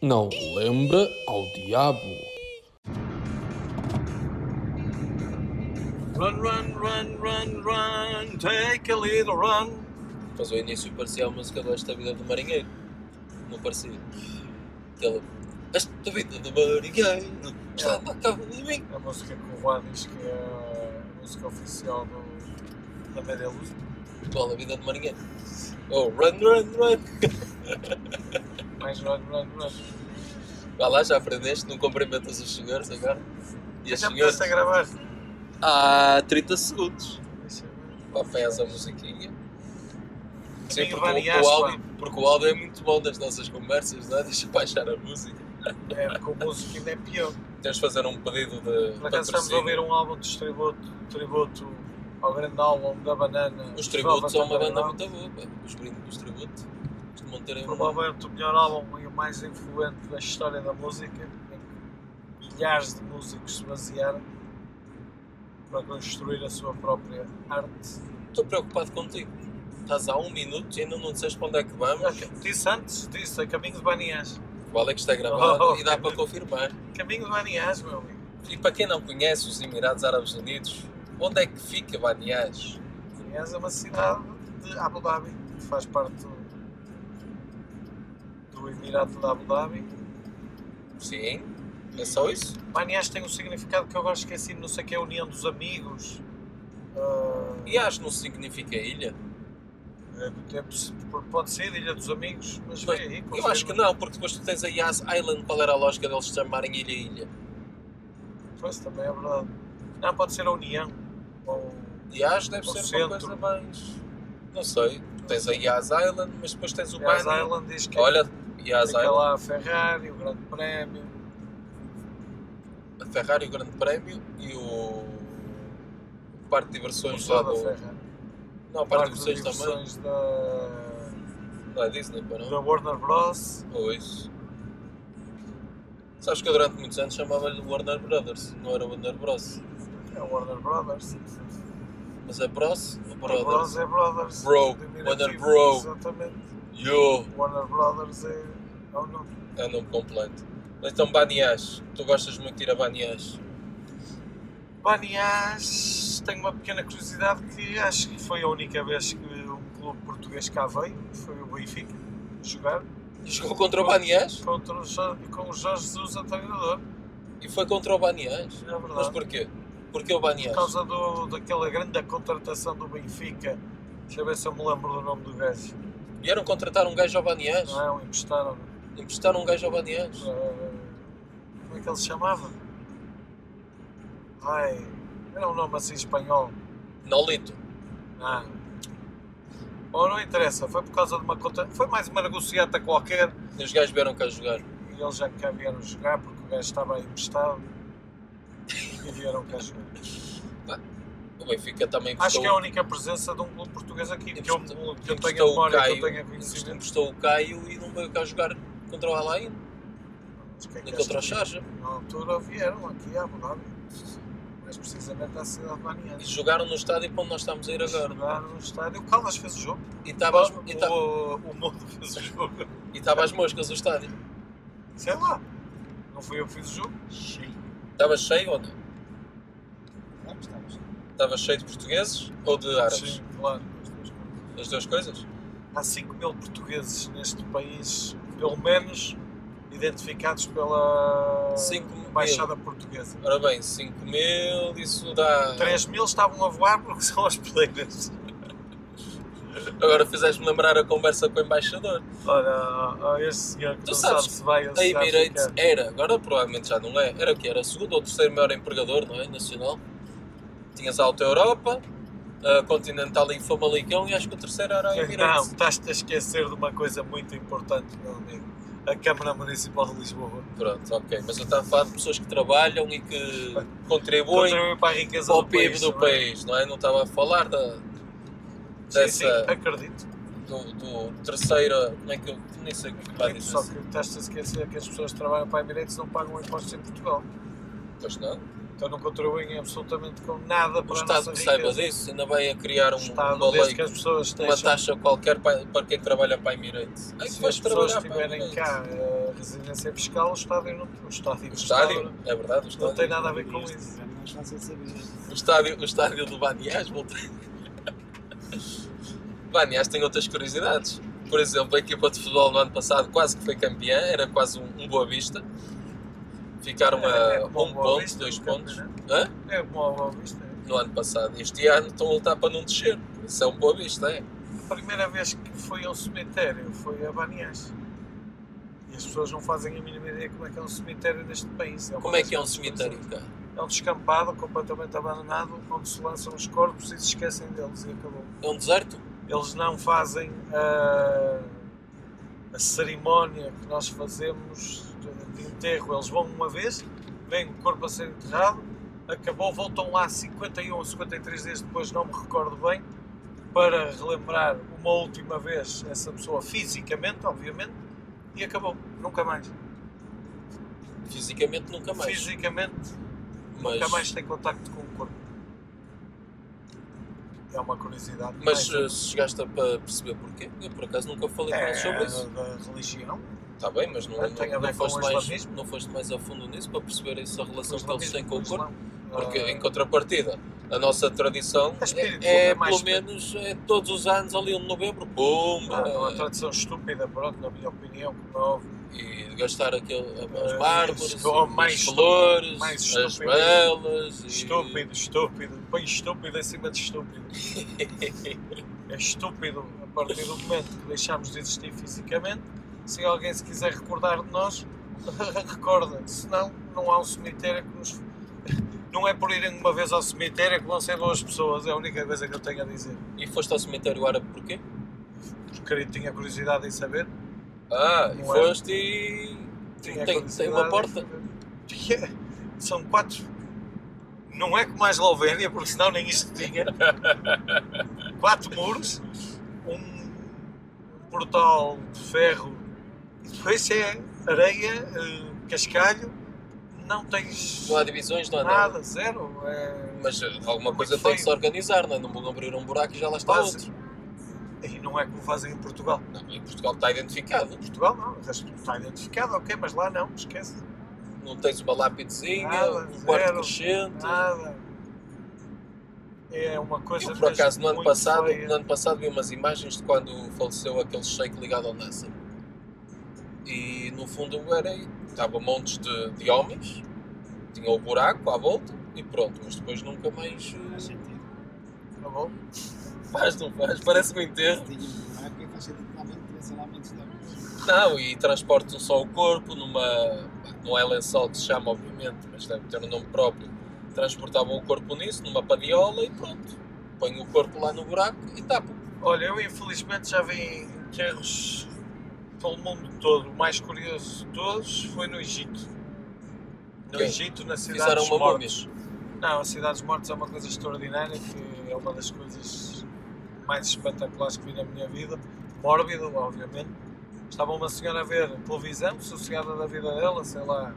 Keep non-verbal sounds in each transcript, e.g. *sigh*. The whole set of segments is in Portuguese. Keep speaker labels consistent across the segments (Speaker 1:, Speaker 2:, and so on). Speaker 1: Não lembra ao diabo.
Speaker 2: Run, run, run, run, run, take a little run.
Speaker 3: Mas ao início parecia a música da Esta Vida do Marinheiro. Não parecia. Aquela. Esta Vida do Marinheiro está a cabo de mim.
Speaker 2: A música que o Vá diz que é a música oficial do, da Média Luz.
Speaker 3: Qual a vida do Marinheiro? Oh, run, run, run.
Speaker 2: Mais run, run, run.
Speaker 3: Vá lá, já aprendeste, não cumprimentas os senhores agora. E as
Speaker 2: Já
Speaker 3: senhoras
Speaker 2: começaste a gravar.
Speaker 3: há 30 segundos.
Speaker 2: Deixa eu ver.
Speaker 3: Lá foi essa musiquinha. Sim,
Speaker 2: Amigo
Speaker 3: porque o,
Speaker 2: Variás,
Speaker 3: o
Speaker 2: pá.
Speaker 3: áudio, porque o áudio é muito bom das nossas conversas, não é? Deixa baixar a música.
Speaker 2: É, com música ainda é pior.
Speaker 3: Tens de fazer um pedido de
Speaker 2: Por acaso estamos a
Speaker 3: patrocínio.
Speaker 2: ouvir um álbum de tributo, tributo ao grande álbum da Banana.
Speaker 3: Os tributos são é uma
Speaker 2: Velvet
Speaker 3: banda
Speaker 2: Underground.
Speaker 3: muito boa, pá. Os brindes dos tributos costumam ter uma.
Speaker 2: Provavelmente o melhor álbum e o mais influente da história da música, em que milhares de músicos se basearam para construir a sua própria arte.
Speaker 3: Estou preocupado contigo. Estás há um minuto e ainda não disseste para onde é que vamos.
Speaker 2: Disse antes, disse, a caminho de Baniás.
Speaker 3: Qual é que está gravado
Speaker 2: Oh,
Speaker 3: e dá
Speaker 2: *laughs* ok.
Speaker 3: para confirmar.
Speaker 2: Caminho de Baniás, meu amigo.
Speaker 3: E para quem não conhece os Emirados Árabes Unidos, onde é que fica Baniás?
Speaker 2: Baniás é uma cidade de Abu Dhabi, que faz parte do, do Emirato de Abu Dhabi.
Speaker 3: Sim, é só isso?
Speaker 2: Baniás tem um significado que eu agora esqueci, não sei o que é a união dos amigos. Ah,
Speaker 3: E acho que não significa ilha.
Speaker 2: É, é possi- pode ser Ilha dos Amigos, mas vem aí.
Speaker 3: Eu acho que
Speaker 2: confirma.
Speaker 3: não, porque depois tu tens a Yas Island, qual era a lógica deles chamarem ilha ilha?
Speaker 2: Pois também é verdade. Não, pode ser a União. Ou...
Speaker 3: Yas deve
Speaker 2: O
Speaker 3: ser
Speaker 2: centro.
Speaker 3: uma coisa mais. Não sei. Tu tens a Yas Island, mas depois tens o
Speaker 2: E As
Speaker 3: Bani.
Speaker 2: Island diz que é
Speaker 3: Olha, Yas
Speaker 2: fica
Speaker 3: Island,
Speaker 2: lá a Ferrari, o Grande Prémio.
Speaker 3: a Ferrari, o Grande Prémio e o. o Parque de
Speaker 2: Não
Speaker 3: Diversões
Speaker 2: só
Speaker 3: lá
Speaker 2: da
Speaker 3: do.
Speaker 2: Ferrari.
Speaker 3: Não, o Parque de Diversões também.
Speaker 2: da...
Speaker 3: Da Disney, para não.
Speaker 2: da Warner Bros.
Speaker 3: Pois. Sabes que eu durante muitos anos chamava-lhe Warner Brothers, não era Warner Bros.
Speaker 2: É Warner Brothers.
Speaker 3: Mas é Bros ou
Speaker 2: Warner
Speaker 3: Brothers?
Speaker 2: Bros é Brothers.
Speaker 3: Bro,
Speaker 2: Diminutivo,
Speaker 3: Warner Bro.
Speaker 2: Exatamente.
Speaker 3: Yo!
Speaker 2: Warner Brothers é. é o nome.
Speaker 3: É o nome completo. Mas então Baniás, tu gostas muito de ir a Baniás.
Speaker 2: Baniás, tenho uma pequena curiosidade que acho que foi a única vez que um clube português cá veio, foi o Benfica, jogar
Speaker 3: E jogou contra o Baniás?
Speaker 2: contra o Jo- com o Jorge Jesus a treinador,
Speaker 3: E foi contra o Baniás?
Speaker 2: é
Speaker 3: Mas
Speaker 2: verdade.
Speaker 3: porquê? Porquê o
Speaker 2: Por
Speaker 3: Baniás?
Speaker 2: causa do, daquela grande contratação do Benfica, deixa eu ver se eu me lembro do nome do gajo,
Speaker 3: Vieram contratar um gajo ao Baniás?
Speaker 2: não é? O emprestaram,
Speaker 3: Emprestaram um gajo ao Baniás?
Speaker 2: eh, como é que ele se chamava? Ai, era um nome assim espanhol.
Speaker 3: Nolito.
Speaker 2: Ah. Bom, não interessa, foi por causa de uma conta. Foi mais uma negociata qualquer
Speaker 3: E os gajos vieram cá jogar.
Speaker 2: e eles já cá vieram jogar porque o gajo estava emprestado e vieram cá jogar.
Speaker 3: O Benfica também
Speaker 2: Acho
Speaker 3: emprestou,
Speaker 2: que é a única presença de um clube português aqui que eu,
Speaker 3: Emprestou-
Speaker 2: que eu tenho
Speaker 3: emprestou o
Speaker 2: memória, que eu
Speaker 3: Caio.
Speaker 2: tenha
Speaker 3: emprestou-
Speaker 2: conhecimento.
Speaker 3: emprestou o Caio e não veio cá jogar contra o Alain,
Speaker 2: Mas o que é que
Speaker 3: nem contra o
Speaker 2: acho que-
Speaker 3: Charja.
Speaker 2: Na altura vieram aqui a Abu Dhabi, mas precisamente à cidade de Baniana.
Speaker 3: E jogaram no estádio para onde nós estamos a ir
Speaker 2: é
Speaker 3: agora.
Speaker 2: Jogaram no estádio, o Caldas fez o jogo,
Speaker 3: E estava às- e ta-
Speaker 2: o, o Mundo fez o jogo.
Speaker 3: e estava às moscas o estádio.
Speaker 2: Sei lá, não fui eu que fiz o jogo?
Speaker 3: Estava cheio ou não?
Speaker 2: Vamos, estamos.
Speaker 3: Estava cheio de portugueses ou de árabes?
Speaker 2: Sim, claro.
Speaker 3: As duas coisas?
Speaker 2: Há 5 mil portugueses neste país, pelo menos, identificados pela
Speaker 3: Cinco mil.
Speaker 2: Embaixada Portuguesa.
Speaker 3: Ora bem, 5 mil, isso dá.
Speaker 2: 3 mil estavam a voar porque são hospedeiras.
Speaker 3: Agora fizeste-me lembrar a conversa com o embaixador.
Speaker 2: Ora, a este senhor que
Speaker 3: Tu
Speaker 2: não
Speaker 3: sabes
Speaker 2: sabe se vai ou
Speaker 3: A
Speaker 2: se vai
Speaker 3: Emirates
Speaker 2: ficar.
Speaker 3: era, agora provavelmente já não é, era o que era o segundo ou terceiro maior empregador, não é? Nacional. Tinhas a Alta Europa, a Continental e Famalicão e acho que o terceiro era a
Speaker 2: *laughs* Não,
Speaker 3: Emirates.
Speaker 2: estás-te a esquecer de uma coisa muito importante, meu amigo. A Câmara Municipal de Lisboa.
Speaker 3: Pronto, ok. Mas eu estava a falar de pessoas que trabalham e que contribuem
Speaker 2: Contribuiu para a riqueza
Speaker 3: para o
Speaker 2: do
Speaker 3: PIB
Speaker 2: país.
Speaker 3: do
Speaker 2: não é?
Speaker 3: país, não é? Não estava a falar da,
Speaker 2: Sim, sim,
Speaker 3: dessa-
Speaker 2: acredito.
Speaker 3: do, do terceira. Como é que eu. Nem sei o que vai
Speaker 2: Acredito,
Speaker 3: dizer. assim.
Speaker 2: só que estás-te a esquecer que as pessoas que trabalham para a Emirates não pagam impostos em Portugal.
Speaker 3: Pois não.
Speaker 2: Então não contribuem absolutamente com nada
Speaker 3: O
Speaker 2: para a nossa
Speaker 3: Estado que saiba
Speaker 2: riqueza.
Speaker 3: disso ainda vai a criar um,
Speaker 2: O Estado,
Speaker 3: uma
Speaker 2: desde
Speaker 3: lei,
Speaker 2: que as pessoas
Speaker 3: uma
Speaker 2: deixam,
Speaker 3: taxa qualquer para, para quem trabalha para a Emirates. Ai, que
Speaker 2: se
Speaker 3: vais
Speaker 2: as pessoas
Speaker 3: trabalhar para a
Speaker 2: estiverem
Speaker 3: Emirates.
Speaker 2: cá eh, residência fiscal, o estádio não, o estádio,
Speaker 3: O estádio, é verdade, o
Speaker 2: não
Speaker 3: estádio.
Speaker 2: tem nada a ver com isso.
Speaker 4: Não está sem saber.
Speaker 3: O estádio, o estádio do Baniás voltei. *laughs* Baniás tem outras curiosidades. Por exemplo, a equipa de futebol no ano passado quase que foi campeã, era quase um, um Boa Vista. Ficaram a
Speaker 2: É, é
Speaker 3: um
Speaker 2: bom Boa
Speaker 3: ponto,
Speaker 2: Vista,
Speaker 3: dois
Speaker 2: o
Speaker 3: pontos
Speaker 2: campeonato.
Speaker 3: Hã?
Speaker 2: É bom ao vista.
Speaker 3: no ano passado. Este ano estão a lutar para não descer. Isso é um Boa Vista, é?
Speaker 2: A primeira vez que fui ao cemitério foi a Banias. E as pessoas não fazem a mínima ideia como é que é um cemitério neste país. uma
Speaker 3: Como é
Speaker 2: das
Speaker 3: que é um
Speaker 2: grandes
Speaker 3: cemitério
Speaker 2: coisas.
Speaker 3: cá?
Speaker 2: É um descampado completamente abandonado onde se lançam os corpos e se esquecem deles e acabou.
Speaker 3: É um deserto?
Speaker 2: Eles não fazem a, a cerimónia que nós fazemos de- de enterro. Eles vão uma vez, vem o corpo a ser enterrado, acabou, voltam lá 51 ou 53 dias depois, não me recordo bem, para relembrar uma última vez essa pessoa fisicamente, obviamente, e acabou. Nunca mais.
Speaker 3: Fisicamente nunca mais.
Speaker 2: Fisicamente
Speaker 3: mas
Speaker 2: nunca mais tem contacto com o corpo. É uma curiosidade.
Speaker 3: mas
Speaker 2: Bem,
Speaker 3: eh, se chegaste a pa- perceber porquê? Eu por acaso nunca falei com
Speaker 2: é,
Speaker 3: eles sobre isso.
Speaker 2: da religião,
Speaker 3: Está bem, mas não,
Speaker 2: Não
Speaker 3: não,
Speaker 2: tem
Speaker 3: não
Speaker 2: a ver com
Speaker 3: foste
Speaker 2: o
Speaker 3: mais,
Speaker 2: islamismo?
Speaker 3: não foste mais a fundo nisso para perceber essa
Speaker 2: com
Speaker 3: relação
Speaker 2: o
Speaker 3: que eles têm
Speaker 2: islamismo,
Speaker 3: com o corpo.
Speaker 2: Islão.
Speaker 3: Porque
Speaker 2: Ah,
Speaker 3: em contrapartida, a nossa tradição
Speaker 2: É espírito,
Speaker 3: é,
Speaker 2: é mais
Speaker 3: pelo menos é todos os anos ali em novembro,
Speaker 2: Ah, é uma
Speaker 3: pumba!
Speaker 2: tradição estúpida, pronto, na minha opinião, como é óbvio.
Speaker 3: e gastar aquele, eh,
Speaker 2: Ah,
Speaker 3: as mármores,
Speaker 2: isso, ou mais
Speaker 3: as
Speaker 2: estúpido,
Speaker 3: flores,
Speaker 2: mais
Speaker 3: as
Speaker 2: estúpido.
Speaker 3: velas. e-
Speaker 2: Estúpido, estúpido, põe estúpido acima de estúpido. É estúpido a partir do momento que deixamos de existir fisicamente. Se alguém se quiser recordar de nós, *laughs* recorda. Senão, não há um cemitério que nos. Não é por irem uma vez ao cemitério que vão ser boas pessoas, é a única coisa que eu tenho a dizer.
Speaker 3: E foste ao cemitério árabe porquê?
Speaker 2: Porque tinha curiosidade em saber.
Speaker 3: Ah, e
Speaker 2: Não é.
Speaker 3: foste e.
Speaker 2: Tinha
Speaker 3: Tem, tem uma
Speaker 2: curiosidade.
Speaker 3: porta.
Speaker 2: Tinha- *laughs* São quatro. Não é como a Eslovénia, porque senão nem isto tinha. quatro muros, um portal de ferro e depois é areia, eh, cascalho. Não tens
Speaker 3: Não há divisões, não há nada.
Speaker 2: nada, zero. É...
Speaker 3: Mas eh, alguma
Speaker 2: Muito
Speaker 3: coisa tem
Speaker 2: feio.
Speaker 3: que se organizar, não é? Não vão abrir um buraco e já lá está
Speaker 2: Básico.
Speaker 3: outro.
Speaker 2: E não é como fazem em Portugal.
Speaker 3: Não, em Portugal está identificado.
Speaker 2: Em Portugal não, mas está identificado, ok, mas lá não, esquece.
Speaker 3: Não tens uma lápidezinha,
Speaker 2: Nada,
Speaker 3: um quarto
Speaker 2: zero,
Speaker 3: crescente.
Speaker 2: Nada. É uma coisa
Speaker 3: Eu, por acaso,
Speaker 2: mesmo
Speaker 3: no ano,
Speaker 2: muito
Speaker 3: passado,
Speaker 2: feia.
Speaker 3: no ano passado vi umas imagens de quando faleceu aquele sheik ligado ao Nasser. E no fundo era, estava montes de, de homens, tinha o buraco à volta e pronto, mas depois nunca mais
Speaker 4: Faz
Speaker 3: eh,
Speaker 4: sentido.
Speaker 2: Tá bom?
Speaker 3: faz, não faz, parece-me enterro.
Speaker 4: Tinha um buraco e faz sentido realmente ter esse elemento de
Speaker 3: Não, e transportam só o corpo numa. Não é lençol que se chama, obviamente, mas deve ter um nome próprio. Transportavam o corpo nisso, numa padiola e pronto. Põem o corpo lá no buraco e tá, tapam.
Speaker 2: Olha, eu infelizmente já vi enterros pelo mundo todo. O mais curioso de todos foi no Egito. No
Speaker 3: Ok.
Speaker 2: Egito, na cidade
Speaker 3: Fizeram
Speaker 2: dos
Speaker 3: uma múmia.
Speaker 2: mortos. Não, a cidade dos mortos é uma coisa extraordinária, que é uma das coisas mais espetaculares que vi na minha vida. Mórbido, obviamente. Estava uma senhora a ver televisão, sossegada da vida dela, sei lá,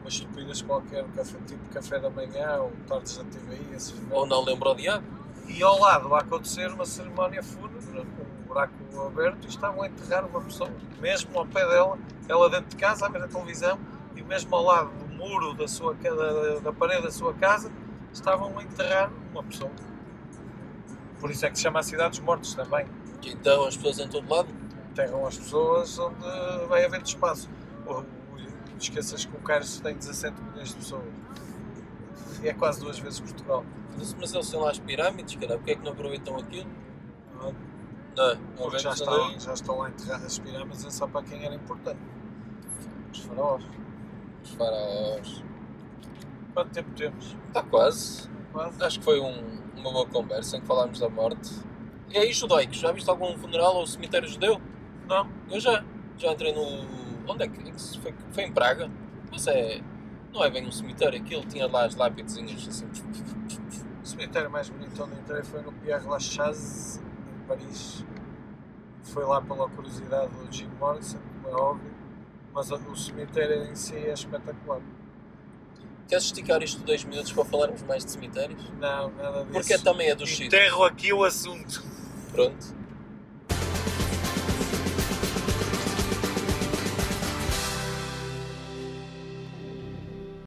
Speaker 2: umas estupidez qualquer, um café, tipo café da manhã ou tardes da TVI, esses
Speaker 3: Ou não lembro o diabo.
Speaker 2: e ao lado a acontecer uma cerimónia fúnebre, com um buraco aberto, e estavam a enterrar uma pessoa, mesmo ao pé dela, ela dentro de casa, a ver a televisão, e mesmo ao lado do muro da, sua, ca- da, da parede da sua casa, estavam a enterrar uma pessoa. Por isso é que se chama a Cidade dos Mortos também.
Speaker 3: Que Então as pessoas em todo lado.
Speaker 2: Enterram as pessoas onde vai havendo espaço. Ou, não esqueças que o Cairo tem 17 milhões de pessoas. E é quase duas vezes Portugal.
Speaker 3: Mas mas eles têm lá as pirâmides, cara, porque é que não aproveitam aquilo?
Speaker 2: Não é?
Speaker 3: Não, não
Speaker 2: Porque já
Speaker 3: vemos
Speaker 2: estão,
Speaker 3: ali.
Speaker 2: já estão lá enterradas as pirâmides, é só para quem era importante. Os faraós.
Speaker 3: Os faraós.
Speaker 2: Quanto tempo temos? Ah,
Speaker 3: Está quase.
Speaker 2: Quase?
Speaker 3: Acho que foi um- uma boa conversa em que falámos da morte. E é aí, judaicos, já viste algum funeral ou cemitério judeu?
Speaker 2: Não.
Speaker 3: Eu já, já entrei no. Onde é que é que se foi? Foi em Praga. Mas é. Não é bem um cemitério aquilo, tinha lá as lápidezinhas assim.
Speaker 2: O cemitério mais bonito onde entrei foi no Pierre Lachaise, em Paris. Foi lá pela curiosidade do Jim Morrison, como é óbvio. Mas o cemitério em si é espetacular.
Speaker 3: Queres esticar isto dois minutos para falarmos mais de cemitérios?
Speaker 2: Não, nada disso.
Speaker 3: Porque também é dos sítios.
Speaker 2: Enterro aqui o assunto.
Speaker 3: Pronto.